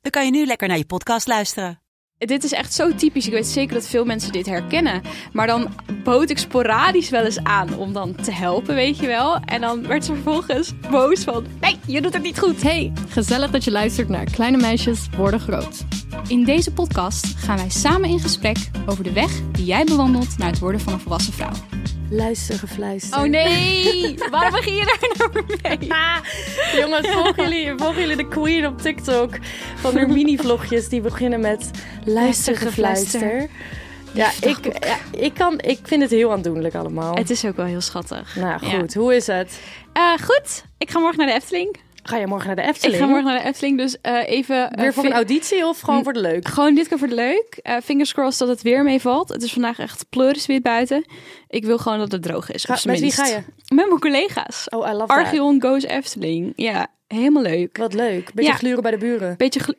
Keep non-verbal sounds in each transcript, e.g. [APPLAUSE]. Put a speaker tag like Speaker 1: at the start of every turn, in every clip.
Speaker 1: dan kan je nu lekker naar je podcast luisteren.
Speaker 2: Dit is echt zo typisch. Ik weet zeker dat veel mensen dit herkennen. Maar dan bood ik sporadisch wel eens aan om dan te helpen, weet je wel. En dan werd ze vervolgens boos van... Nee, je doet het niet goed.
Speaker 3: Hey, gezellig dat je luistert naar Kleine Meisjes Worden Groot.
Speaker 2: In deze podcast gaan wij samen in gesprek over de weg die jij bewandelt naar het worden van een volwassen vrouw.
Speaker 4: Luister, gefluister.
Speaker 2: Oh nee, waarom begin je daar nou mee? [LAUGHS]
Speaker 4: Jongens, volgen jullie, volgen jullie de queen op TikTok van haar mini-vlogjes die beginnen met luister, gefluister.
Speaker 2: [LAUGHS]
Speaker 4: Ja, ik, ja, ik, kan, ik vind het heel aandoenlijk allemaal.
Speaker 2: Het is ook wel heel schattig.
Speaker 4: Nou
Speaker 2: Ja.
Speaker 4: goed, hoe is het?
Speaker 2: Eh, goed, ik ga morgen naar de Efteling.
Speaker 4: Ga je morgen naar de
Speaker 2: Ik
Speaker 4: Efteling?
Speaker 2: ga morgen naar de Efteling, dus eh, even... eh,
Speaker 4: Weer voor
Speaker 2: vi-
Speaker 4: een auditie of gewoon voor de leuk?
Speaker 2: Gewoon dit keer voor de leuk. Eh fingers crossed dat het weer meevalt. Het is vandaag echt pleuriswit buiten. Ik wil gewoon dat het droog is.
Speaker 4: Ga-
Speaker 2: op zijn
Speaker 4: met wie
Speaker 2: minst.
Speaker 4: ga je?
Speaker 2: Met mijn collega's.
Speaker 4: Oh, I love that.
Speaker 2: Archeon Goes Efteling. Ja, helemaal leuk.
Speaker 4: Wat leuk. Beetje
Speaker 2: Ja.
Speaker 4: gluren bij de buren.
Speaker 2: Beetje gel-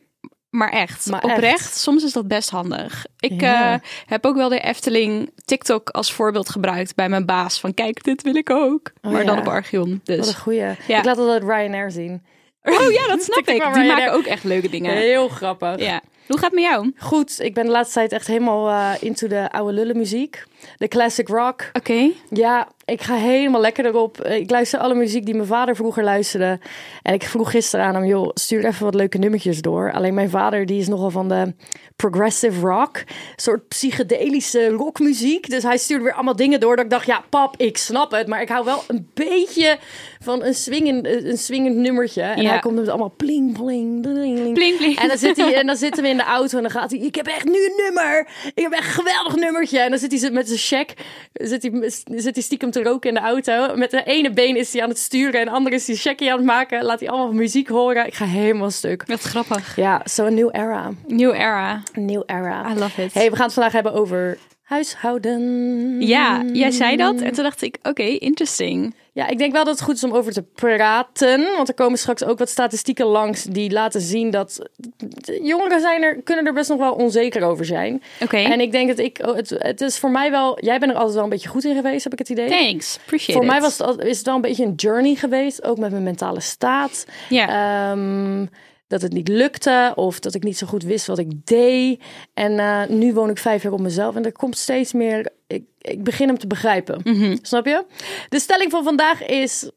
Speaker 2: maar echt,
Speaker 4: Maar echt.
Speaker 2: oprecht, soms is dat best handig. Ik
Speaker 4: Ja.
Speaker 2: eh, heb ook wel de Efteling TikTok als voorbeeld gebruikt bij mijn baas. Van kijk, dit wil ik ook.
Speaker 4: Oh,
Speaker 2: maar
Speaker 4: ja.
Speaker 2: dan op Archeon.
Speaker 4: Wat
Speaker 2: Dus.
Speaker 4: een goeie.
Speaker 2: Ja.
Speaker 4: Ik laat altijd Ryanair zien.
Speaker 2: Oh ja, dat
Speaker 4: [LAUGHS]
Speaker 2: snap
Speaker 4: TikTok
Speaker 2: ik.
Speaker 4: van
Speaker 2: Die
Speaker 4: Ryanair.
Speaker 2: maken ook echt leuke dingen.
Speaker 4: Heel grappig.
Speaker 2: Ja. Hoe gaat het met jou?
Speaker 4: Goed, ik ben de laatste tijd echt helemaal eh, into de oude lullenmuziek. De classic rock.
Speaker 2: Oké.
Speaker 4: Ja, ik ga helemaal lekker erop. Eh, Ik luister alle muziek die mijn vader vroeger luisterde. En ik vroeg gisteren aan hem, joh, stuur even wat leuke nummertjes door. Alleen mijn vader, die is nogal van de progressive rock. Een soort psychedelische rockmuziek. Dus hij stuurde weer allemaal dingen door dat ik dacht, ja pap, ik snap het. Maar ik hou wel een beetje van een swingend, eh, een swingend nummertje. En
Speaker 2: Ja.
Speaker 4: hij komt met allemaal pling, pling, dling, dling.
Speaker 2: Pling, pling.
Speaker 4: En dan, zit hij, en dan zitten we in de auto en dan gaat hij... Ik heb echt nu een nummer. Ik heb echt een geweldig nummertje. En dan zit hij met zijn check. Zit hij, zit hij stiekem te roken in de auto. Met de ene been is hij aan het sturen. En de andere is hij checkie aan het maken. Laat hij allemaal muziek horen. Ik ga helemaal stuk.
Speaker 2: Wat grappig.
Speaker 4: Ja, zo'n new era.
Speaker 2: New era.
Speaker 4: New era.
Speaker 2: I love it.
Speaker 4: hey, we gaan het vandaag hebben over huishouden.
Speaker 2: Ja, jij zei dat en toen dacht ik, oké, interesting.
Speaker 4: Ja, ik denk wel dat het goed is om over te praten. Want er komen straks ook wat statistieken langs die laten zien dat jongeren zijn er, kunnen er best nog wel onzeker over zijn.
Speaker 2: Oké,
Speaker 4: En ik denk dat ik, oh, het, het is voor mij wel, jij bent er altijd wel een beetje goed in geweest, heb ik het idee.
Speaker 2: thanks, appreciate
Speaker 4: Voor mij
Speaker 2: it.
Speaker 4: was het, al- is het wel een beetje een journey geweest, ook met mijn mentale staat.
Speaker 2: Ja.
Speaker 4: Ehm, dat het niet lukte of dat ik niet zo goed wist wat ik deed. En eh, nu woon ik vijf jaar op mezelf en er komt steeds meer, ik, ik begin hem te begrijpen.
Speaker 2: Mhm.
Speaker 4: Snap je? De stelling van vandaag is,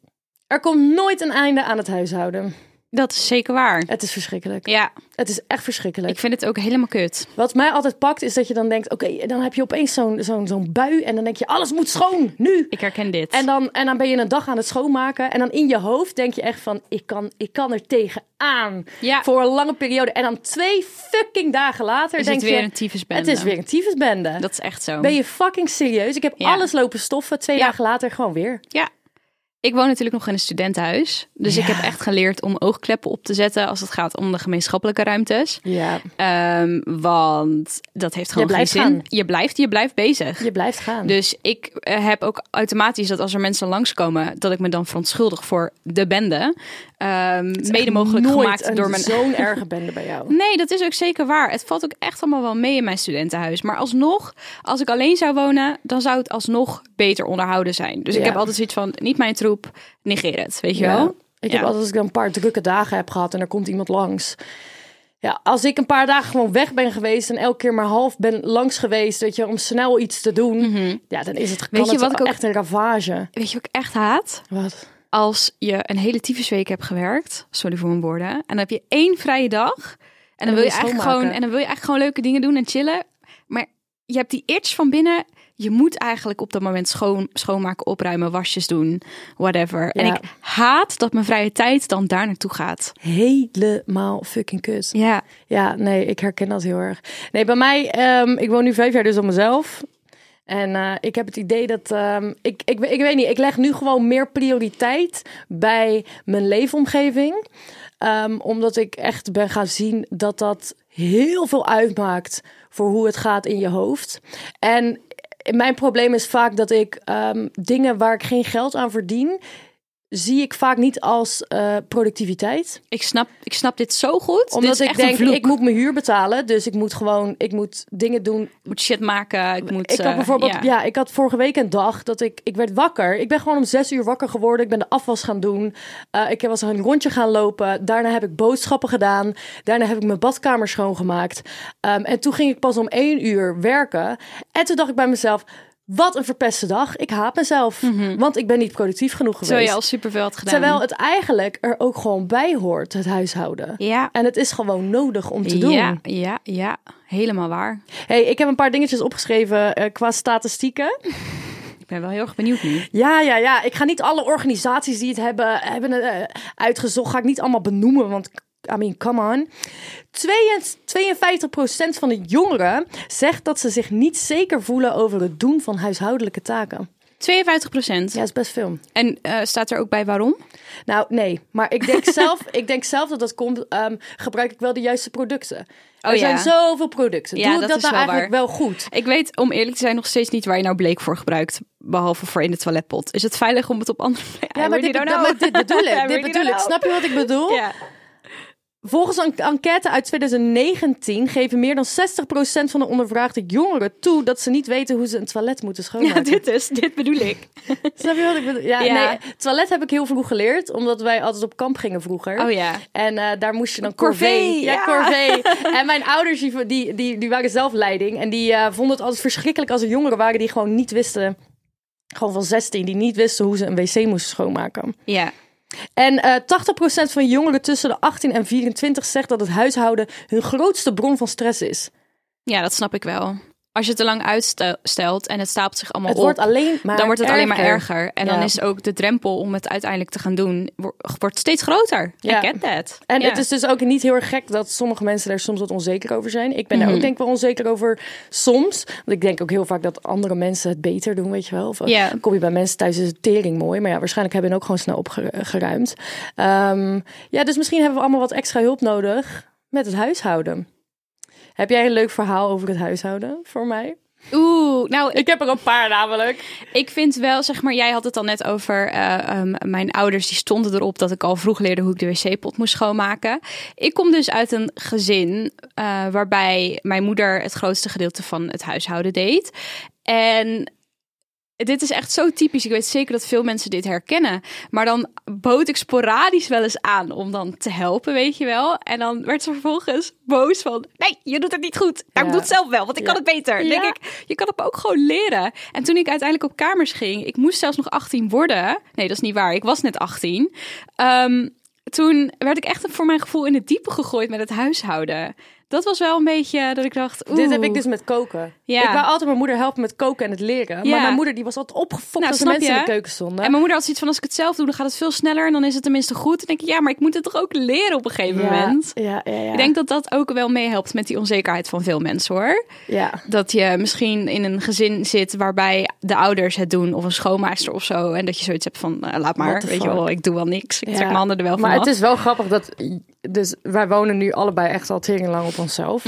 Speaker 4: er komt nooit een einde aan het huishouden.
Speaker 2: Dat is zeker waar.
Speaker 4: Het is verschrikkelijk.
Speaker 2: Ja,
Speaker 4: Het is echt verschrikkelijk.
Speaker 2: ik vind het ook helemaal kut.
Speaker 4: Wat mij altijd pakt is dat je dan denkt: oké, dan heb je opeens zo'n zo'n zo'n bui en dan denk je: alles moet schoon nu.
Speaker 2: Ik herken dit.
Speaker 4: En dan, en dan ben je een dag aan het schoonmaken. En dan in je hoofd denk je echt van, ik kan, ik kan er tegenaan.
Speaker 2: Ja.
Speaker 4: Voor een lange periode. En dan twee fucking dagen later
Speaker 2: Is het
Speaker 4: denk
Speaker 2: weer
Speaker 4: je...
Speaker 2: een tyfusbende.
Speaker 4: Het is weer een tyfusbende.
Speaker 2: Dat is echt zo.
Speaker 4: Ben je fucking serieus? Ik heb
Speaker 2: Ja.
Speaker 4: alles lopen stoffen. Twee
Speaker 2: Ja.
Speaker 4: dagen later gewoon weer.
Speaker 2: Ja. Ik woon natuurlijk nog in een studentenhuis. Dus ik heb echt geleerd om oogkleppen op te zetten als het gaat om de gemeenschappelijke ruimtes.
Speaker 4: Ja.
Speaker 2: Ehm, want dat heeft gewoon
Speaker 4: blijft
Speaker 2: geen zin.
Speaker 4: gaan.
Speaker 2: Je blijft, je blijft bezig.
Speaker 4: Je blijft gaan.
Speaker 2: Dus ik eh, heb ook automatisch dat als er mensen langskomen, dat ik me dan verontschuldig voor de bende. Ehm, mede mogelijk
Speaker 4: Nooit
Speaker 2: gemaakt
Speaker 4: een-
Speaker 2: door mijn.
Speaker 4: zo'n
Speaker 2: [LAUGHS]
Speaker 4: erge bende bij jou.
Speaker 2: Nee, dat is ook zeker waar. Het valt ook echt allemaal wel mee in mijn studentenhuis. Maar alsnog, als ik alleen zou wonen, dan zou het alsnog beter onderhouden zijn. Dus ik
Speaker 4: Ja.
Speaker 2: heb altijd zoiets van: niet mijn troep, negeer het. Weet je
Speaker 4: Ja.
Speaker 2: wel?
Speaker 4: Ik
Speaker 2: Ja.
Speaker 4: heb altijd als ik dan een paar drukke dagen heb gehad en er komt iemand langs. Ja, als ik een paar dagen gewoon weg ben geweest en elke keer maar half ben langs geweest, weet je, om snel iets te doen, ja, dan is het, kan
Speaker 2: Mhm. Weet je
Speaker 4: het
Speaker 2: wat ik ook-
Speaker 4: echt een ravage.
Speaker 2: Weet je wat ik echt haat?
Speaker 4: Wat?
Speaker 2: Als je een hele tyfusweek hebt gewerkt, sorry voor mijn woorden, en dan heb je één vrije dag. En dan, wil je, eigenlijk
Speaker 4: schoonmaken.
Speaker 2: gewoon, en dan wil je eigenlijk gewoon leuke dingen doen en chillen. Maar je hebt die itch van binnen. Je moet eigenlijk op dat moment schoon, schoonmaken, opruimen, wasjes doen, whatever. En
Speaker 4: Ja.
Speaker 2: ik haat dat mijn vrije tijd dan daar naartoe gaat.
Speaker 4: Helemaal fucking kut.
Speaker 2: Ja,
Speaker 4: Ja, nee, ik herken dat heel erg. Nee, bij mij, ehm, ik woon nu vijf jaar dus op mezelf. En eh, ik heb het idee dat, ehm, ik, ik, ik weet niet, ik leg nu gewoon meer prioriteit bij mijn leefomgeving. Ehm, omdat ik echt ben gaan zien dat dat heel veel uitmaakt voor hoe het gaat in je hoofd. En mijn probleem is vaak dat ik ehm, dingen waar ik geen geld aan verdien, zie ik vaak niet als eh, productiviteit.
Speaker 2: Ik snap, ik snap dit zo goed. Dit
Speaker 4: Omdat
Speaker 2: is
Speaker 4: ik
Speaker 2: echt een
Speaker 4: denk,
Speaker 2: vloek.
Speaker 4: ik moet mijn huur betalen, dus ik moet gewoon, ik moet dingen doen
Speaker 2: Ik moet shit maken. Ik moet.
Speaker 4: ik had
Speaker 2: eh,
Speaker 4: bijvoorbeeld,
Speaker 2: ja.
Speaker 4: ja. ik had vorige week een dag dat ik, ik werd wakker. Ik ben gewoon om zes uur wakker geworden. Ik ben de afwas gaan doen. Eh, ik was een rondje gaan lopen. Daarna heb ik boodschappen gedaan. Daarna heb ik mijn badkamer schoongemaakt. Ehm, en toen ging ik pas om één uur werken. En toen dacht ik bij mezelf, wat een verpeste dag. Ik haat mezelf, want ik ben niet productief genoeg geweest.
Speaker 2: Mhm. Terwijl je al superveel had gedaan.
Speaker 4: Terwijl het eigenlijk er ook gewoon bij hoort, het huishouden.
Speaker 2: Ja.
Speaker 4: En het is gewoon nodig om te doen.
Speaker 2: Ja, ja, ja. Helemaal waar.
Speaker 4: Hey, ik heb een paar dingetjes opgeschreven eh, qua statistieken.
Speaker 2: Ik ben wel heel erg benieuwd nu.
Speaker 4: Ja, ja, ja. Ik ga niet alle organisaties die het hebben, hebben eh, uitgezocht, ga ik niet allemaal benoemen, want I mean, come on. 52, 52% van de jongeren zegt dat ze zich niet zeker voelen over het doen van huishoudelijke taken.
Speaker 2: 52 procent.
Speaker 4: Ja, is best veel.
Speaker 2: En eh, staat er ook bij waarom?
Speaker 4: Nou, nee. Maar ik
Speaker 2: [LAUGHS]
Speaker 4: denk zelf, ik denk zelf dat dat komt, ehm, gebruik ik wel de juiste producten. er
Speaker 2: Oh ja.
Speaker 4: zijn zoveel producten.
Speaker 2: Ja,
Speaker 4: Doe ik
Speaker 2: dat
Speaker 4: dat,
Speaker 2: is
Speaker 4: nou
Speaker 2: wel
Speaker 4: eigenlijk
Speaker 2: waar.
Speaker 4: wel goed?
Speaker 2: Ik weet, om eerlijk te zijn, nog steeds niet waar je nou bleek voor gebruikt. Behalve voor in de toiletpot. Is het veilig om het op andere [LAUGHS] plekken?
Speaker 4: Ja, maar dit, dat-
Speaker 2: nou-
Speaker 4: maar dit bedoel
Speaker 2: [LAUGHS] I
Speaker 4: ik.
Speaker 2: really
Speaker 4: Dit bedoel
Speaker 2: don't
Speaker 4: ik.
Speaker 2: know.
Speaker 4: Snap je Oh wat ik bedoel?
Speaker 2: nou- Ja.
Speaker 4: Volgens een enquête uit 2019 geven meer dan 60% van de ondervraagde jongeren toe dat ze niet weten hoe ze een toilet moeten
Speaker 2: ja,
Speaker 4: schoonmaken.
Speaker 2: dit is. Dit bedoel ik.
Speaker 4: [LAUGHS] Snap je wat ik bedoel? Ja,
Speaker 2: Ja.
Speaker 4: Nee, toilet heb ik heel vroeg geleerd, omdat wij altijd op kamp gingen vroeger.
Speaker 2: Oh ja.
Speaker 4: En eh, daar moest je dan
Speaker 2: Corvée,
Speaker 4: corvée. Ja,
Speaker 2: ja. [LAUGHS]
Speaker 4: corvée. en mijn ouders, die, die, die, die waren zelf leiding. En die eh, vonden het altijd verschrikkelijk als er jongeren waren die gewoon niet wisten... Gewoon van 16, die niet wisten hoe ze een wc moesten schoonmaken.
Speaker 2: Ja.
Speaker 4: En eh 80% van jongeren tussen de 18 en 24 zegt dat het huishouden hun grootste bron van stress is.
Speaker 2: ja, dat snap ik wel. Als je het te lang uitstelt en het stapelt zich allemaal
Speaker 4: Het
Speaker 2: op.
Speaker 4: wordt alleen maar
Speaker 2: dan wordt het alleen maar erger. En dan
Speaker 4: Ja.
Speaker 2: is ook de drempel om het uiteindelijk te gaan doen, wo- wordt steeds groter.
Speaker 4: Ja.
Speaker 2: I get that.
Speaker 4: En
Speaker 2: Ja.
Speaker 4: het is dus ook niet heel erg gek dat sommige mensen daar soms wat onzeker over zijn. Ik ben
Speaker 2: Mhm.
Speaker 4: daar ook denk ik wel onzeker over soms. Want ik denk ook heel vaak dat andere mensen het beter doen, weet je wel. Of eh,
Speaker 2: Ja.
Speaker 4: kom je bij mensen thuis is het tering mooi. Maar ja, waarschijnlijk hebben hun ook gewoon snel opgeruimd. Ehm, ja, dus misschien hebben we allemaal wat extra hulp nodig met het huishouden. Heb jij een leuk verhaal over het huishouden voor mij?
Speaker 2: Oeh, nou, ik,
Speaker 4: Ik heb er een paar namelijk.
Speaker 2: ik vind wel, zeg maar, jij had het al net over eh, ehm, mijn ouders, die stonden erop dat ik al vroeg leerde hoe ik de wc-pot moest schoonmaken. Ik kom dus uit een gezin eh, waarbij mijn moeder het grootste gedeelte van het huishouden deed. En dit is echt zo typisch. Ik weet zeker dat veel mensen dit herkennen. Maar dan bood ik sporadisch wel eens aan om dan te helpen, weet je wel. En dan werd ze vervolgens boos van... Nee, je doet het niet goed. Nou, ik
Speaker 4: Ja.
Speaker 2: doe het zelf wel, want ik
Speaker 4: Ja.
Speaker 2: kan het beter. Dan
Speaker 4: Ja.
Speaker 2: denk ik, je kan het me ook gewoon leren. En toen ik uiteindelijk op kamers ging... Ik moest zelfs nog 18 worden. Nee, dat is niet waar. Ik was net 18. Ehm, toen werd ik echt voor mijn gevoel in het diepe gegooid met het huishouden. Dat was wel een beetje dat ik dacht...
Speaker 4: Dit heb
Speaker 2: oeh.
Speaker 4: ik dus met koken.
Speaker 2: Ja.
Speaker 4: Ik wou altijd mijn moeder helpen met koken en het leren.
Speaker 2: Ja.
Speaker 4: Maar mijn moeder die was altijd opgefokt
Speaker 2: Nou,
Speaker 4: als de
Speaker 2: snap
Speaker 4: mensen
Speaker 2: je?
Speaker 4: in de keuken stonden.
Speaker 2: En mijn moeder had zoiets van, als ik het zelf doe, dan gaat het veel sneller en dan is het tenminste goed. Dan denk ik, ja, maar ik moet het toch ook leren op een gegeven moment.
Speaker 4: Ja, ja, ja, ja.
Speaker 2: Ik denk dat dat ook wel meehelpt met die onzekerheid van veel mensen hoor.
Speaker 4: ja.
Speaker 2: Dat je misschien in een gezin zit waarbij de ouders het doen of een schoonmaakster of zo. En dat je zoiets hebt van, eh, laat
Speaker 4: What
Speaker 2: maar,
Speaker 4: the
Speaker 2: weet je
Speaker 4: fuck?
Speaker 2: wel, ik doe wel niks. Ik
Speaker 4: Ja.
Speaker 2: trek mijn handen er wel van
Speaker 4: Maar het
Speaker 2: af.
Speaker 4: is wel grappig dat... Dus wij wonen nu allebei echt al tering lang op onszelf.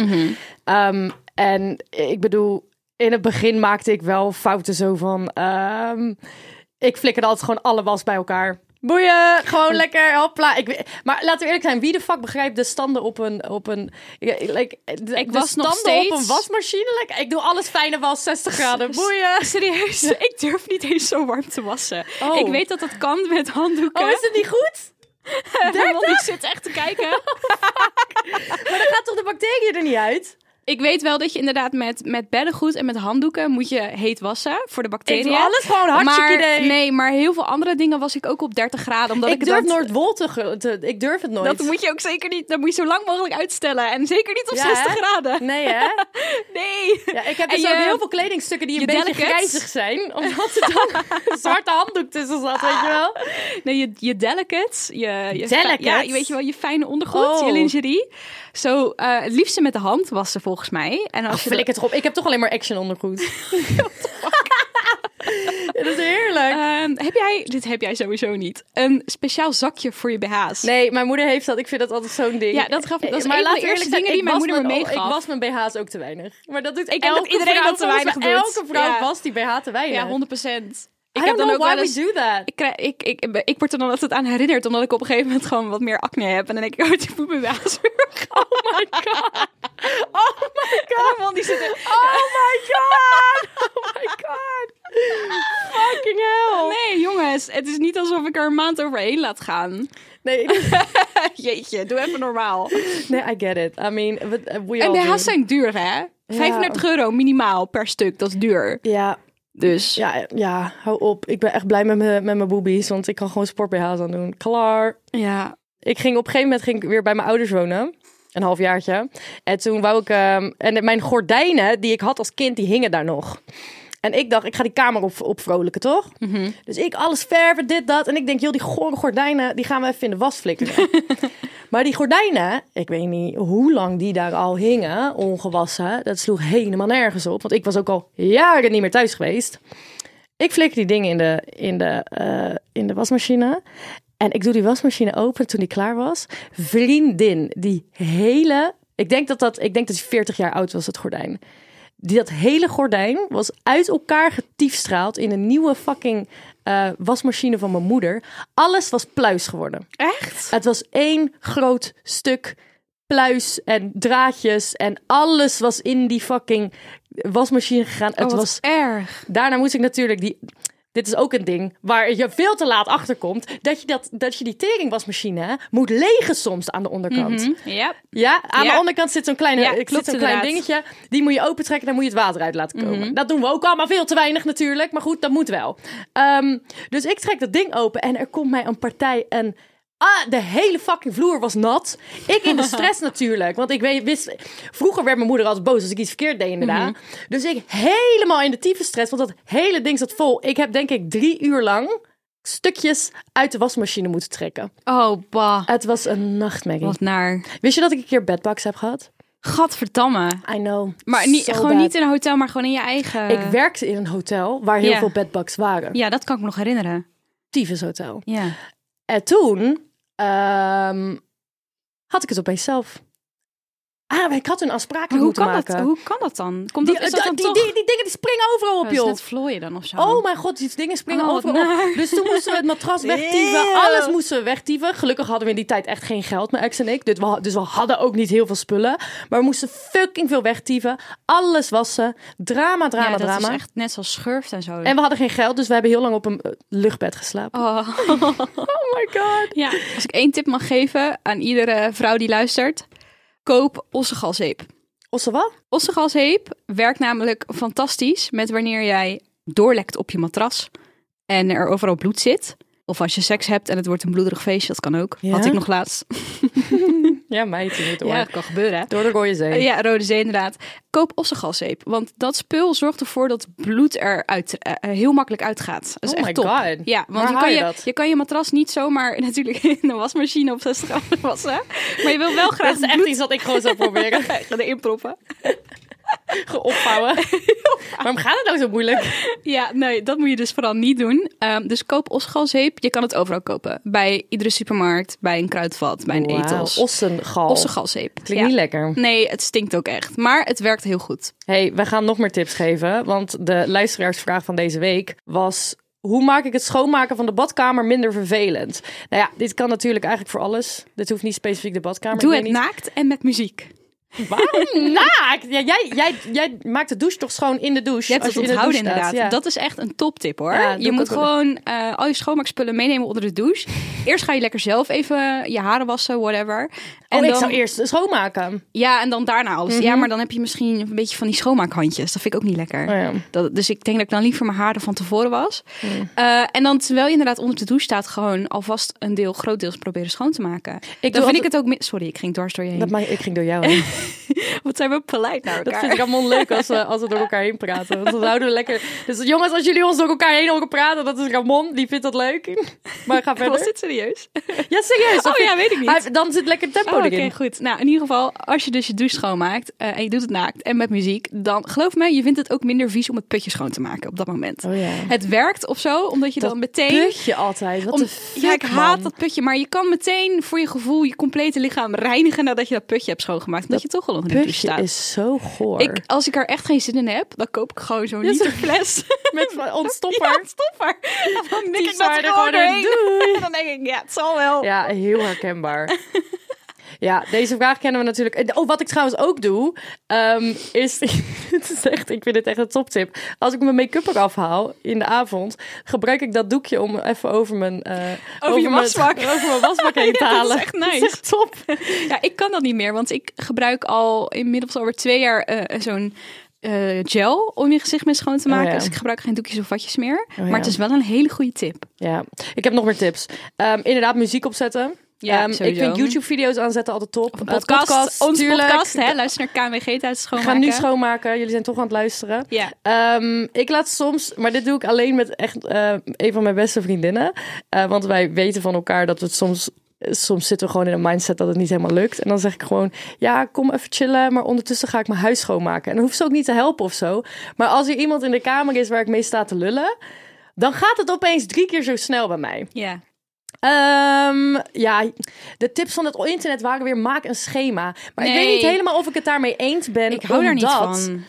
Speaker 4: Ehm, en ik bedoel, in het begin maakte ik wel fouten zo van... ehm, ik flikkerde altijd gewoon alle was bij elkaar. Boeien, gewoon lekker, hopla. Ik, we- maar laten we eerlijk zijn, wie de fuck begrijpt de standen op een... Op een ja, like, de, de
Speaker 2: was nog
Speaker 4: standen op
Speaker 2: steeds-
Speaker 4: een wasmachine? Like, ik doe alles fijne was, [LAUGHS] 60 graden, boeien.
Speaker 2: Serieus, [LAUGHS] ik durf niet eens zo warm te wassen.
Speaker 4: Oh.
Speaker 2: Ik weet dat dat kan met handdoeken.
Speaker 4: Oh, is het niet goed?
Speaker 2: [LAUGHS] Want ik zit echt te kijken.
Speaker 4: Maar dan gaat toch de bacteriën er niet
Speaker 2: [LAUGHS]
Speaker 4: uit?
Speaker 2: Ik weet wel dat je inderdaad met, met beddengoed en met handdoeken moet je heet wassen voor de bacteriën.
Speaker 4: Ik doe alles gewoon, hartstikke
Speaker 2: maar,
Speaker 4: idee.
Speaker 2: Nee, maar heel veel andere dingen was ik ook op 30 graden. Omdat ik,
Speaker 4: ik durf
Speaker 2: dat,
Speaker 4: Noordwol te, ge- te- Ik durf het nooit.
Speaker 2: Dat moet je ook zeker niet. Dat moet je zo lang mogelijk uitstellen. En zeker niet op
Speaker 4: Ja,
Speaker 2: 60
Speaker 4: hè?
Speaker 2: graden.
Speaker 4: Nee, hè?
Speaker 2: [LAUGHS] Nee.
Speaker 4: Ja, ik heb
Speaker 2: En
Speaker 4: dus ook
Speaker 2: je-
Speaker 4: heel veel kledingstukken die een
Speaker 2: je
Speaker 4: beetje
Speaker 2: delicates?
Speaker 4: grijzig zijn. Omdat er dan [LAUGHS] een zwarte handdoek tussen zat, weet je wel?
Speaker 2: Nee, je, je delicates. Je, je fi-
Speaker 4: Delicates?
Speaker 2: Ja, je weet je wel, je fijne ondergoed,
Speaker 4: Oh.
Speaker 2: je lingerie. Zo, eh, het liefste met de hand wassen volgens mij. En als je
Speaker 4: Flik het [LAUGHS] erop. Ik heb toch alleen maar action ondergoed. Ja, dat is heerlijk.
Speaker 2: Eh, ehm, heb jij, dit heb jij sowieso niet, een speciaal zakje voor je BH's?
Speaker 4: Nee, mijn moeder heeft dat. Ik vind dat altijd zo'n ding.
Speaker 2: Ja, dat gaf- dat is
Speaker 4: maar
Speaker 2: een van de
Speaker 4: laten
Speaker 2: eerste
Speaker 4: we eerlijk
Speaker 2: dingen die
Speaker 4: ik
Speaker 2: mijn
Speaker 4: was
Speaker 2: moeder me
Speaker 4: mijn-
Speaker 2: meegaf.
Speaker 4: Ik was mijn BH's ook te weinig. Maar dat doet ik
Speaker 2: denk
Speaker 4: elke
Speaker 2: dat iedereen
Speaker 4: vrouw,
Speaker 2: dat te
Speaker 4: volgens
Speaker 2: weinig
Speaker 4: mij,
Speaker 2: doet.
Speaker 4: Elke vrouw
Speaker 2: Ja.
Speaker 4: was die BH te weinig.
Speaker 2: Ja, 100 procent.
Speaker 4: I don't know why we do that.
Speaker 2: Ik, krijg, ik, ik, ik word er dan altijd aan herinnerd, omdat ik op een gegeven moment gewoon wat meer acne heb. En dan denk ik, [LAUGHS] oh, die moet mijn waas weer. Oh my
Speaker 4: [LAUGHS]
Speaker 2: god. Oh my god. man die zitten...
Speaker 4: Oh my god! [LAUGHS] Oh my god! Fucking hell!
Speaker 2: Nee, jongens. Het is niet alsof ik er een maand overheen laat
Speaker 4: [LAUGHS]
Speaker 2: gaan.
Speaker 4: Nee, ik-
Speaker 2: Jeetje, doe even normaal.
Speaker 4: nee, I get it. I mean, we, eh, we
Speaker 2: En
Speaker 4: all do.
Speaker 2: BH's zijn duur, hè? 35 euro minimaal per stuk. Dat is duur.
Speaker 4: Ja,
Speaker 2: Dus...
Speaker 4: ja, ja, hou op. Ik ben echt blij met mijn met mijn boobies, want ik kan gewoon sport BH's aan doen. Klaar.
Speaker 2: ja.
Speaker 4: Ik ging op een gegeven moment ging ik weer bij mijn ouders wonen. Een halfjaartje. En toen wou ik... ehm, en mijn gordijnen die ik had als kind, die hingen daar nog. En ik dacht, ik ga die kamer op, op vrolijken, toch? Dus ik alles verven, dit, dat. En ik denk, joh, die gore gordijnen, die gaan we even in de was flikkeren. maar die gordijnen, ik weet niet hoe lang die daar al hingen, ongewassen. Dat sloeg helemaal nergens op. Want ik was ook al jaren niet meer thuis geweest. Ik flikker die dingen in de, in de, eh, in de wasmachine. En ik doe die wasmachine open toen die klaar was. Vriendin, die hele... Ik denk dat, dat, ik denk dat die 40 jaar oud was, het gordijn. Die, dat hele gordijn was uit elkaar getiefstraald in een nieuwe fucking eh, wasmachine van mijn moeder. Alles was pluis geworden.
Speaker 2: Echt?
Speaker 4: Het was één groot stuk pluis en draadjes. En alles was in die fucking wasmachine gegaan.
Speaker 2: Oh,
Speaker 4: het
Speaker 2: wat
Speaker 4: was
Speaker 2: erg.
Speaker 4: daarna moest ik natuurlijk die. Dit is ook een ding waar je veel te laat achter komt. Dat je, dat, dat je die teringwasmachine hè, moet legen soms aan de onderkant.
Speaker 2: Mhm. Ja.
Speaker 4: Ja, aan
Speaker 2: Ja.
Speaker 4: de onderkant zit zo'n klein,
Speaker 2: Ja,
Speaker 4: eh,
Speaker 2: klopt
Speaker 4: zit zo'n klein
Speaker 2: inderdaad. Mhm.
Speaker 4: dingetje. Die moet je opentrekken, dan moet je het water uit laten komen. Dat doen we ook allemaal veel te weinig natuurlijk. Maar goed, dat moet wel. Ehm, dus ik trek dat ding open en er komt mij een partij en... Ah, de hele fucking vloer was nat. Ik
Speaker 2: [LAUGHS]
Speaker 4: in de stress natuurlijk. Want ik weet, wist... Vroeger werd mijn moeder altijd boos als ik iets verkeerd deed inderdaad.
Speaker 2: Mhm.
Speaker 4: Dus ik helemaal in de tyfus stress. Want dat hele ding zat vol. Ik heb denk ik drie uur lang stukjes uit de wasmachine moeten trekken.
Speaker 2: Oh, bah.
Speaker 4: Het was een nachtmerrie.
Speaker 2: Wat naar.
Speaker 4: Wist je dat ik een keer bedbugs heb gehad?
Speaker 2: Gadverdamme.
Speaker 4: I know.
Speaker 2: Maar niet,
Speaker 4: So
Speaker 2: gewoon
Speaker 4: bad.
Speaker 2: niet in een hotel, maar gewoon in je eigen...
Speaker 4: Ik werkte in een hotel waar heel
Speaker 2: Ja.
Speaker 4: veel bedbugs waren.
Speaker 2: Ja, dat kan ik me nog herinneren.
Speaker 4: Tyfus hotel.
Speaker 2: Ja.
Speaker 4: En toen ehm, had ik het opeens zelf. Ah, maar ik had een afspraak
Speaker 2: Maar hoe
Speaker 4: moeten
Speaker 2: kan,
Speaker 4: maken.
Speaker 2: dat, hoe kan dat dan? Komt
Speaker 4: Die,
Speaker 2: dat, is dat
Speaker 4: eh,
Speaker 2: dan
Speaker 4: die,
Speaker 2: toch...
Speaker 4: die, die dingen die springen overal op,
Speaker 2: dat is
Speaker 4: joh.
Speaker 2: net vlooien dan of zo.
Speaker 4: Oh mijn god, die dingen springen
Speaker 2: Oh, wat
Speaker 4: overal
Speaker 2: naar.
Speaker 4: op. Dus toen moesten we het
Speaker 2: [LAUGHS]
Speaker 4: matras wegtieven.
Speaker 2: Eeuw.
Speaker 4: Alles moesten we wegtieven. Gelukkig hadden we in die tijd echt geen geld, mijn ex en ik. Dus we, dus we hadden ook niet heel veel spullen. Maar we moesten fucking veel wegtieven. Alles wassen. Drama, drama,
Speaker 2: ja, dat
Speaker 4: drama.
Speaker 2: is echt net zoals schurft en zo.
Speaker 4: En we hadden geen geld, dus we hebben heel lang op een eh, luchtbed geslapen.
Speaker 2: Oh.
Speaker 4: Oh my god.
Speaker 2: Ja,
Speaker 4: [LAUGHS]
Speaker 2: als ik één tip mag geven aan iedere vrouw die luistert. Koop ossegalzeep.
Speaker 4: Osse wat?
Speaker 2: Ossegalzeep werkt namelijk fantastisch met wanneer jij doorlekt op je matras en er overal bloed zit. Of als je seks hebt en het wordt een bloederig feestje, dat kan ook.
Speaker 4: Ja?
Speaker 2: Had ik nog laatst.
Speaker 4: Ja, meid, niet hoor.
Speaker 2: dat kan gebeuren hè.
Speaker 4: Door de rode zee.
Speaker 2: Eh, Ja, Rode Zee inderdaad. Koop ossegalzeep, want dat spul zorgt ervoor dat bloed er uit, eh, eh, heel makkelijk uitgaat. Dat is
Speaker 4: Oh
Speaker 2: echt
Speaker 4: my
Speaker 2: top.
Speaker 4: God.
Speaker 2: Ja,
Speaker 4: Waar
Speaker 2: want je
Speaker 4: haal
Speaker 2: kan
Speaker 4: je
Speaker 2: je,
Speaker 4: dat?
Speaker 2: je kan je matras niet zomaar [LAUGHS] natuurlijk in de wasmachine op 60 graden wassen. Maar je wil wel graag
Speaker 4: Dat is echt iets wat ik gewoon zou [LAUGHS] proberen.
Speaker 2: echt erin proppen.
Speaker 4: [LAUGHS] Opvouwen. Waarom gaat het nou zo moeilijk?
Speaker 2: Ja, nee, dat moet je dus vooral niet doen. Ehm, dus koop ossegalzeep. Je kan het overal kopen. Bij iedere supermarkt, bij een kruidvat, bij een etels.
Speaker 4: Ossengal.
Speaker 2: Ossegalzeep.
Speaker 4: Klinkt niet lekker.
Speaker 2: Nee, het stinkt ook echt. Maar het werkt heel goed.
Speaker 4: hey, we gaan nog meer tips geven. Want de luisteraarsvraag van deze week was... Hoe maak ik het schoonmaken van de badkamer minder vervelend? Nou ja, dit kan natuurlijk eigenlijk voor alles. Dit hoeft niet specifiek de badkamer.
Speaker 2: Doe
Speaker 4: Ik
Speaker 2: het
Speaker 4: weet
Speaker 2: naakt en met muziek.
Speaker 4: niet- Waarom naakt? Ja, jij, jij, jij maakt de douche toch schoon in de douche?
Speaker 2: Je hebt
Speaker 4: als
Speaker 2: het
Speaker 4: je in de
Speaker 2: onthouden
Speaker 4: douche staat,
Speaker 2: inderdaad.
Speaker 4: ja.
Speaker 2: Dat is echt een toptip hoor.
Speaker 4: Ja, doe
Speaker 2: je
Speaker 4: ik
Speaker 2: moet
Speaker 4: ook wel.
Speaker 2: gewoon eh, al je schoonmaakspullen meenemen onder de douche. Eerst ga je lekker zelf even je haren wassen, whatever.
Speaker 4: En
Speaker 2: En
Speaker 4: Oh, ik
Speaker 2: dan,
Speaker 4: zou eerst schoonmaken.
Speaker 2: Ja, en dan daarna alles. Ja,
Speaker 4: Mhm.
Speaker 2: maar dan heb je misschien een beetje van die schoonmaakhandjes. Dat vind ik ook niet lekker.
Speaker 4: Oh ja. Mhm.
Speaker 2: dat, dus ik denk dat ik dan liever mijn haren van tevoren was. Eh, en dan terwijl je inderdaad onder de douche staat, gewoon alvast een deel, groot deels proberen schoon te maken. dan
Speaker 4: doe
Speaker 2: vind
Speaker 4: altijd-
Speaker 2: ik het ook... mi- Sorry, ik ging dwars door je heen.
Speaker 4: Dat mag, ik ging door jou heen.
Speaker 2: Wat zijn we polite naar
Speaker 4: [LAUGHS] Dat
Speaker 2: elkaar.
Speaker 4: vindt Ramon leuk als we, als we door elkaar heen praten. Want dan houden we lekker... Dus jongens, als jullie ons door elkaar heen horen praten, dat is Ramon. Die vindt dat leuk.
Speaker 2: [LAUGHS]
Speaker 4: Maar ga verder.
Speaker 2: Was dit serieus?
Speaker 4: Ja, serieus. dat
Speaker 2: Oh
Speaker 4: vind-
Speaker 2: ja, weet ik niet.
Speaker 4: Hij- Dan zit lekker tempo
Speaker 2: Oh, Oké,
Speaker 4: erin.
Speaker 2: goed. Nou, in ieder geval, als je dus je douche schoonmaakt eh, en je doet het naakt en met muziek, dan geloof me, je vindt het ook minder vies om het putje schoon te maken op dat moment.
Speaker 4: Oh ja.
Speaker 2: Het werkt of zo, omdat je
Speaker 4: Dat
Speaker 2: dan meteen.
Speaker 4: Putje altijd. Wat
Speaker 2: om-
Speaker 4: een fuck,
Speaker 2: ja, ik haat
Speaker 4: man.
Speaker 2: dat putje, maar je kan meteen voor je gevoel je complete lichaam reinigen nadat je dat putje hebt schoongemaakt. Omdat je toch al onder de douche
Speaker 4: Putje
Speaker 2: staat.
Speaker 4: is zo goor.
Speaker 2: Ik, als ik er echt geen zin in heb, dan koop ik gewoon zo'n liter
Speaker 4: [LAUGHS]
Speaker 2: fles.
Speaker 4: Met
Speaker 2: Ja,
Speaker 4: ontstopper.
Speaker 2: [LAUGHS]
Speaker 4: [LAUGHS]
Speaker 2: stopper. En dan mik
Speaker 4: Die
Speaker 2: ik dat
Speaker 4: zwaarder
Speaker 2: er
Speaker 4: gewoon
Speaker 2: gewoon doorheen.
Speaker 4: doei.
Speaker 2: [LAUGHS] En dan denk ik, ja, het zal wel.
Speaker 4: Ja, heel herkenbaar. Ja, deze vraag kennen we natuurlijk. Oh, wat ik trouwens ook doe, ehm, is... [LAUGHS] het is echt, ik vind het echt een toptip. Als ik mijn make-up eraf haal in de avond, gebruik ik dat doekje om even over mijn... eh,
Speaker 2: je
Speaker 4: mijn-
Speaker 2: wasbak.
Speaker 4: [LAUGHS] Over mijn wasbak heen
Speaker 2: [LAUGHS]
Speaker 4: te
Speaker 2: Ja, dat is
Speaker 4: halen.
Speaker 2: echt
Speaker 4: Dat is
Speaker 2: nice.
Speaker 4: echt top.
Speaker 2: Ja, ik kan dat niet meer, want ik gebruik al inmiddels alweer twee jaar eh, zo'n eh, gel om je gezicht mee schoon te maken.
Speaker 4: Oh, ja. Oh,
Speaker 2: Dus ik gebruik geen doekjes of watjes meer. maar
Speaker 4: ja.
Speaker 2: het is wel een hele goede tip.
Speaker 4: Ja, ik heb nog meer tips. Ehm, inderdaad, muziek opzetten.
Speaker 2: Ja,
Speaker 4: Ehm, ik
Speaker 2: sowieso.
Speaker 4: vind YouTube-video's aanzetten altijd top. Eh,
Speaker 2: Podcast, ons
Speaker 4: tuurlijk.
Speaker 2: podcast, hè? luister naar KMG tijdens
Speaker 4: We
Speaker 2: schoonmaken.
Speaker 4: gaan nu schoonmaken. Jullie zijn toch aan het luisteren.
Speaker 2: Ja.
Speaker 4: Ehm, ik laat soms, maar dit doe ik alleen met echt eh, een van mijn beste vriendinnen. Eh, want wij weten van elkaar dat we het soms. Soms zitten we gewoon in een mindset dat het niet helemaal lukt. En dan zeg ik gewoon: Ja, kom even chillen. Maar ondertussen ga ik mijn huis schoonmaken. En dan hoeft ze ook niet te helpen of zo. Maar als er iemand in de kamer is waar ik mee sta te lullen. dan gaat het opeens drie keer zo snel bij mij.
Speaker 2: Ja.
Speaker 4: Ehm, ja, de tips van het internet waren weer: maak een schema. Maar ik weet
Speaker 2: Nee.
Speaker 4: niet helemaal of ik het daarmee eens ben.
Speaker 2: Ik hou daar niet
Speaker 4: omdat-
Speaker 2: van.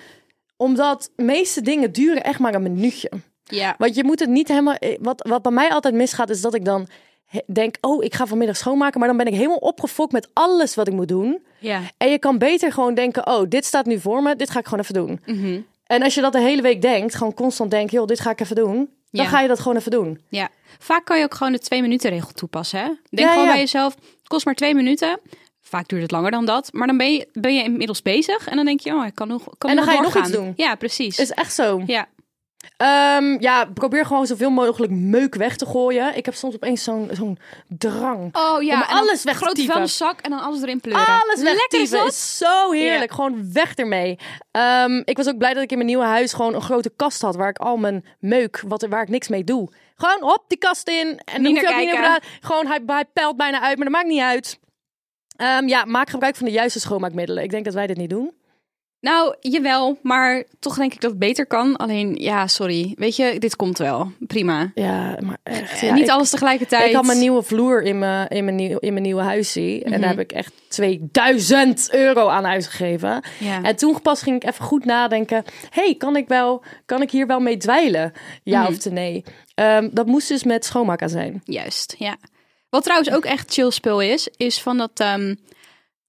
Speaker 4: Omdat de meeste dingen duren echt maar een minuutje.
Speaker 2: Ja.
Speaker 4: Want je moet het niet helemaal. eh, Wat, wat bij mij altijd misgaat, is dat ik dan he- denk: oh, ik ga vanmiddag schoonmaken. Maar dan ben ik helemaal opgefokt met alles wat ik moet doen.
Speaker 2: ja.
Speaker 4: En je kan beter gewoon denken: oh, dit staat nu voor me, dit ga ik gewoon even doen.
Speaker 2: Mhm.
Speaker 4: En als je dat de hele week denkt, gewoon constant denkt: joh, dit ga ik even doen. Dan
Speaker 2: Ja.
Speaker 4: ga je dat gewoon even doen.
Speaker 2: Ja, vaak kan je ook gewoon de twee minuten regel toepassen. Hè? Denk
Speaker 4: Ja,
Speaker 2: gewoon
Speaker 4: ja.
Speaker 2: bij jezelf, het kost maar twee minuten. Vaak duurt het langer dan dat. Maar dan ben je, ben je inmiddels bezig. En dan denk je, oh, ik kan nog kan
Speaker 4: En dan ga je nog
Speaker 2: doorgaan.
Speaker 4: iets doen.
Speaker 2: Ja, precies.
Speaker 4: Is echt zo.
Speaker 2: Ja.
Speaker 4: Ehm, ja, probeer gewoon zoveel mogelijk meuk weg te gooien. Ik heb soms opeens zo'n zo'n drang.
Speaker 2: Oh
Speaker 4: ja,
Speaker 2: ja,
Speaker 4: Om en dan alles weg te grote
Speaker 2: Grote
Speaker 4: typen. vuilniszak
Speaker 2: zak en dan alles erin pleuren.
Speaker 4: Alles weg
Speaker 2: Lekker is
Speaker 4: dieven.
Speaker 2: dat?
Speaker 4: is zo heerlijk. Gewoon weg ermee. Ehm, ik was ook blij dat ik in mijn nieuwe huis gewoon een grote kast had waar ik al mijn meuk, wat, waar ik niks mee doe. Gewoon hop die kast in. En dan
Speaker 2: Niet
Speaker 4: hoef je
Speaker 2: naar
Speaker 4: ook niet
Speaker 2: kijken.
Speaker 4: over na- Gewoon hij, hij pijlt bijna uit, maar dat maakt niet uit. Ehm, ja, maak gebruik van de juiste schoonmaakmiddelen. Ik denk dat wij dit niet doen.
Speaker 2: Nou, jawel. Maar toch denk ik dat het beter kan. Alleen, ja, sorry. Weet je, dit komt wel. Prima.
Speaker 4: Ja, maar echt.
Speaker 2: niet
Speaker 4: ik,
Speaker 2: alles tegelijkertijd.
Speaker 4: Ik had mijn nieuwe vloer in mijn, in mijn, nieuw, in mijn nieuwe huis zie. En daar heb ik echt 2000 euro aan uitgegeven.
Speaker 2: Ja.
Speaker 4: En toen pas ging ik even goed nadenken. hey, kan ik wel, kan ik hier wel mee dweilen? Ja of te nee? Ehm, dat moest dus met schoonmaken zijn.
Speaker 2: Juist, ja. Wat trouwens ook echt chill spul is, is van dat... ehm,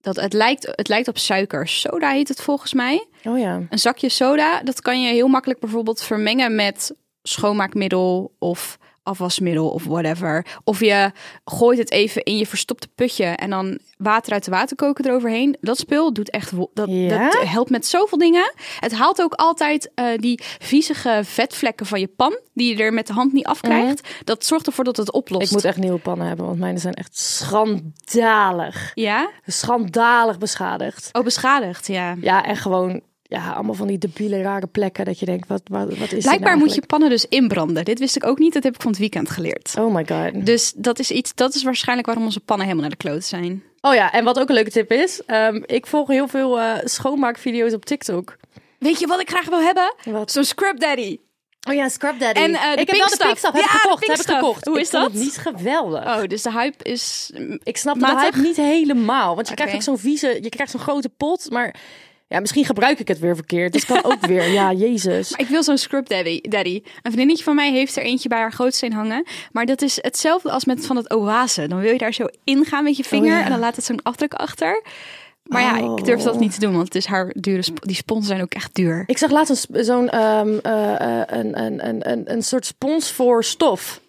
Speaker 2: dat het, lijkt, het lijkt op suiker. Soda heet het volgens mij.
Speaker 4: Oh ja.
Speaker 2: Een zakje soda, dat kan je heel makkelijk bijvoorbeeld vermengen met schoonmaakmiddel of afwasmiddel of whatever. Of je gooit het even in je verstopte putje en dan water uit de waterkoker eroverheen. Dat spul doet echt wo- dat,
Speaker 4: Ja?
Speaker 2: dat helpt met zoveel dingen. Het haalt ook altijd eh, die viezige vetvlekken van je pan die je er met de hand niet afkrijgt. Dat zorgt ervoor dat het oplost.
Speaker 4: Mhm. Ik moet echt nieuwe pannen hebben, want mijne zijn echt schandalig.
Speaker 2: Ja?
Speaker 4: Schandalig beschadigd.
Speaker 2: Oh, beschadigd, ja.
Speaker 4: Ja, en gewoon ja, allemaal van die debiele, rare plekken dat je denkt, wat, wat, wat is dit nou
Speaker 2: Blijkbaar moet je
Speaker 4: eigenlijk?
Speaker 2: pannen dus inbranden. Dit wist ik ook niet, dat heb ik van het weekend geleerd.
Speaker 4: Oh my god.
Speaker 2: Dus dat is iets, dat is waarschijnlijk waarom onze pannen helemaal naar de kloot zijn.
Speaker 4: Oh ja, en wat ook een leuke tip is. ehm, ik volg heel veel eh, schoonmaakvideo's op TikTok.
Speaker 2: Weet je wat ik graag wil hebben?
Speaker 4: Wat?
Speaker 2: Zo'n Scrub Daddy.
Speaker 4: Oh ja, Scrub Daddy.
Speaker 2: En, eh, de
Speaker 4: ik heb
Speaker 2: pink
Speaker 4: wel de
Speaker 2: stuff.
Speaker 4: Pink Stuff, heb ik
Speaker 2: Ja, de
Speaker 4: gekocht.
Speaker 2: pink
Speaker 4: Heb ik
Speaker 2: stuff.
Speaker 4: gekocht.
Speaker 2: Hoe
Speaker 4: Ik
Speaker 2: is
Speaker 4: vond het
Speaker 2: dat?
Speaker 4: niet geweldig.
Speaker 2: Oh, dus de hype is... mm,
Speaker 4: Ik snap de
Speaker 2: matig?
Speaker 4: hype niet helemaal. Want je krijgt
Speaker 2: Oké.
Speaker 4: ook zo'n vieze, je krijgt zo'n grote pot. Maar ja, misschien gebruik ik het weer verkeerd. Dus kan ook weer.
Speaker 2: [LAUGHS]
Speaker 4: Ja, jezus.
Speaker 2: Ik wil zo'n Scrub Daddy, daddy. Een vriendinnetje van mij heeft er eentje bij haar gootsteen hangen. Maar dat is hetzelfde als met van het oase. Dan wil je daar zo in gaan met je vinger
Speaker 4: Oh, ja. Oh.
Speaker 2: en dan laat het zo'n afdruk achter. Maar ja, ik durf dat niet te doen, want het is haar dure sp- die sponsen zijn ook echt duur.
Speaker 4: Ik zag laatst een sp- zo'n ehm, eh, eh, een, een, een, een, een soort spons voor stof.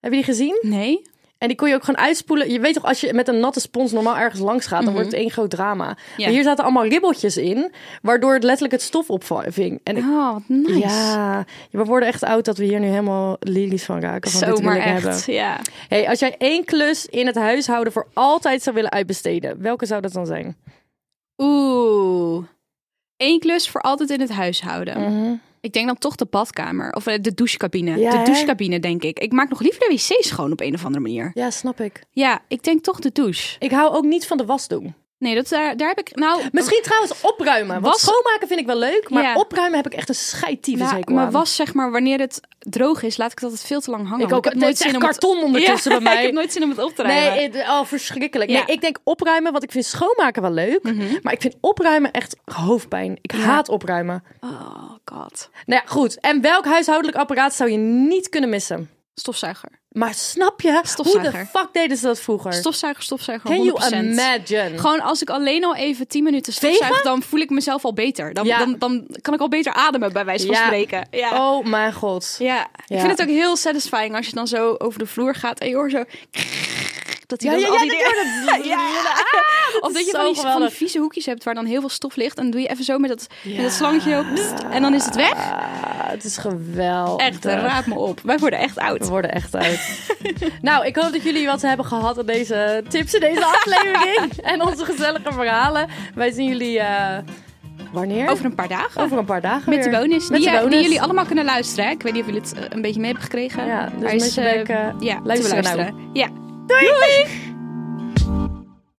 Speaker 4: Heb je die gezien?
Speaker 2: Nee?
Speaker 4: En die kon je ook gewoon uitspoelen. Je weet toch, als je met een natte spons normaal ergens langs gaat,
Speaker 2: Mhm.
Speaker 4: dan wordt het één groot drama. Maar hier zaten allemaal ribbeltjes in, waardoor het letterlijk het stof opving. En ik
Speaker 2: Oh, wat nice.
Speaker 4: Ja, we worden echt oud dat we hier nu helemaal lilies van raken. Van dit wil
Speaker 2: Zomaar
Speaker 4: ik
Speaker 2: echt,
Speaker 4: hebben.
Speaker 2: ja.
Speaker 4: Hey, als jij één klus in het huishouden voor altijd zou willen uitbesteden, welke zou dat dan zijn?
Speaker 2: Oeh. Eén klus voor altijd in het huishouden.
Speaker 4: Mhm.
Speaker 2: Ik denk dan toch de badkamer. Of eh, de douchecabine.
Speaker 4: Ja,
Speaker 2: de
Speaker 4: hè?
Speaker 2: douchecabine, denk ik. Ik maak nog liever de wc schoon op een of andere manier.
Speaker 4: Ja, snap ik.
Speaker 2: Ja, ik denk toch de douche.
Speaker 4: Ik hou ook niet van de was doen.
Speaker 2: Nee, dat, daar, daar heb ik... Nou,
Speaker 4: Misschien trouwens opruimen. Want
Speaker 2: Was-
Speaker 4: schoonmaken vind ik wel leuk, maar
Speaker 2: Ja.
Speaker 4: opruimen heb ik echt een scheidtieve
Speaker 2: nou,
Speaker 4: zeker
Speaker 2: maar was zeg maar, wanneer het droog is, laat ik dat veel te lang hangen.
Speaker 4: Ik
Speaker 2: want
Speaker 4: ook.
Speaker 2: heb
Speaker 4: Het is echt karton
Speaker 2: [LAUGHS]
Speaker 4: ondertussen bij
Speaker 2: Ja, ik
Speaker 4: mij.
Speaker 2: heb nooit zin om het op te ruimen.
Speaker 4: Nee, het- oh, verschrikkelijk.
Speaker 2: Ja. Mhm.
Speaker 4: Nee, ik denk opruimen, want ik vind schoonmaken wel leuk. Maar ik vind opruimen echt hoofdpijn. Ik haat opruimen.
Speaker 2: Oh god.
Speaker 4: Nou ja, goed. En welk huishoudelijk apparaat zou je niet kunnen missen?
Speaker 2: Stofzuiger.
Speaker 4: Maar snap je, hoe
Speaker 2: Stofzuiger.
Speaker 4: de fuck deden ze dat vroeger?
Speaker 2: Stofzuiger, stofzuiger,
Speaker 4: Can
Speaker 2: 100%.
Speaker 4: you imagine?
Speaker 2: Gewoon als ik alleen al even 10 minuten stofzuig,
Speaker 4: Vegen?
Speaker 2: dan voel ik mezelf al beter. Dan,
Speaker 4: Ja.
Speaker 2: dan, dan kan ik al beter ademen, bij wijze van
Speaker 4: Ja.
Speaker 2: spreken. Ja.
Speaker 4: Oh mijn god.
Speaker 2: Ja, ik
Speaker 4: Ja.
Speaker 2: vind het ook heel satisfying als je dan zo over de vloer gaat en je hoort zo... Dat hij
Speaker 4: Ja,
Speaker 2: dan
Speaker 4: ja,
Speaker 2: al
Speaker 4: ja,
Speaker 2: die
Speaker 4: dat
Speaker 2: dingen-
Speaker 4: [LAUGHS] hoorde-
Speaker 2: Of dat
Speaker 4: is
Speaker 2: je van
Speaker 4: zo
Speaker 2: die, van die
Speaker 4: geweldig.
Speaker 2: vieze hoekjes hebt waar dan heel veel stof ligt. En dan doe je even zo met dat, met dat slangetje op, pst, en dan is het weg.
Speaker 4: Ah, het is geweldig.
Speaker 2: Echt, raad me op. Wij worden echt
Speaker 4: We
Speaker 2: oud.
Speaker 4: worden echt uit. [LAUGHS] nou, ik hoop dat jullie wat hebben gehad aan deze tips in deze [LAUGHS] aflevering. en onze gezellige verhalen. Wij zien jullie eh, wanneer?
Speaker 2: Over een paar dagen.
Speaker 4: Over een paar dagen
Speaker 2: Met de
Speaker 4: weer.
Speaker 2: bonus.
Speaker 4: Met
Speaker 2: die,
Speaker 4: de
Speaker 2: eh,
Speaker 4: bonus.
Speaker 2: die jullie allemaal kunnen luisteren. hè. Ik weet niet of jullie het eh, een beetje mee hebben gekregen.
Speaker 4: Ja, dus
Speaker 2: Hij is,
Speaker 4: met je
Speaker 2: eh,
Speaker 4: bek, eh,
Speaker 2: ja, te
Speaker 4: luisteren nou.
Speaker 2: beluisteren. Ja.
Speaker 4: Doei!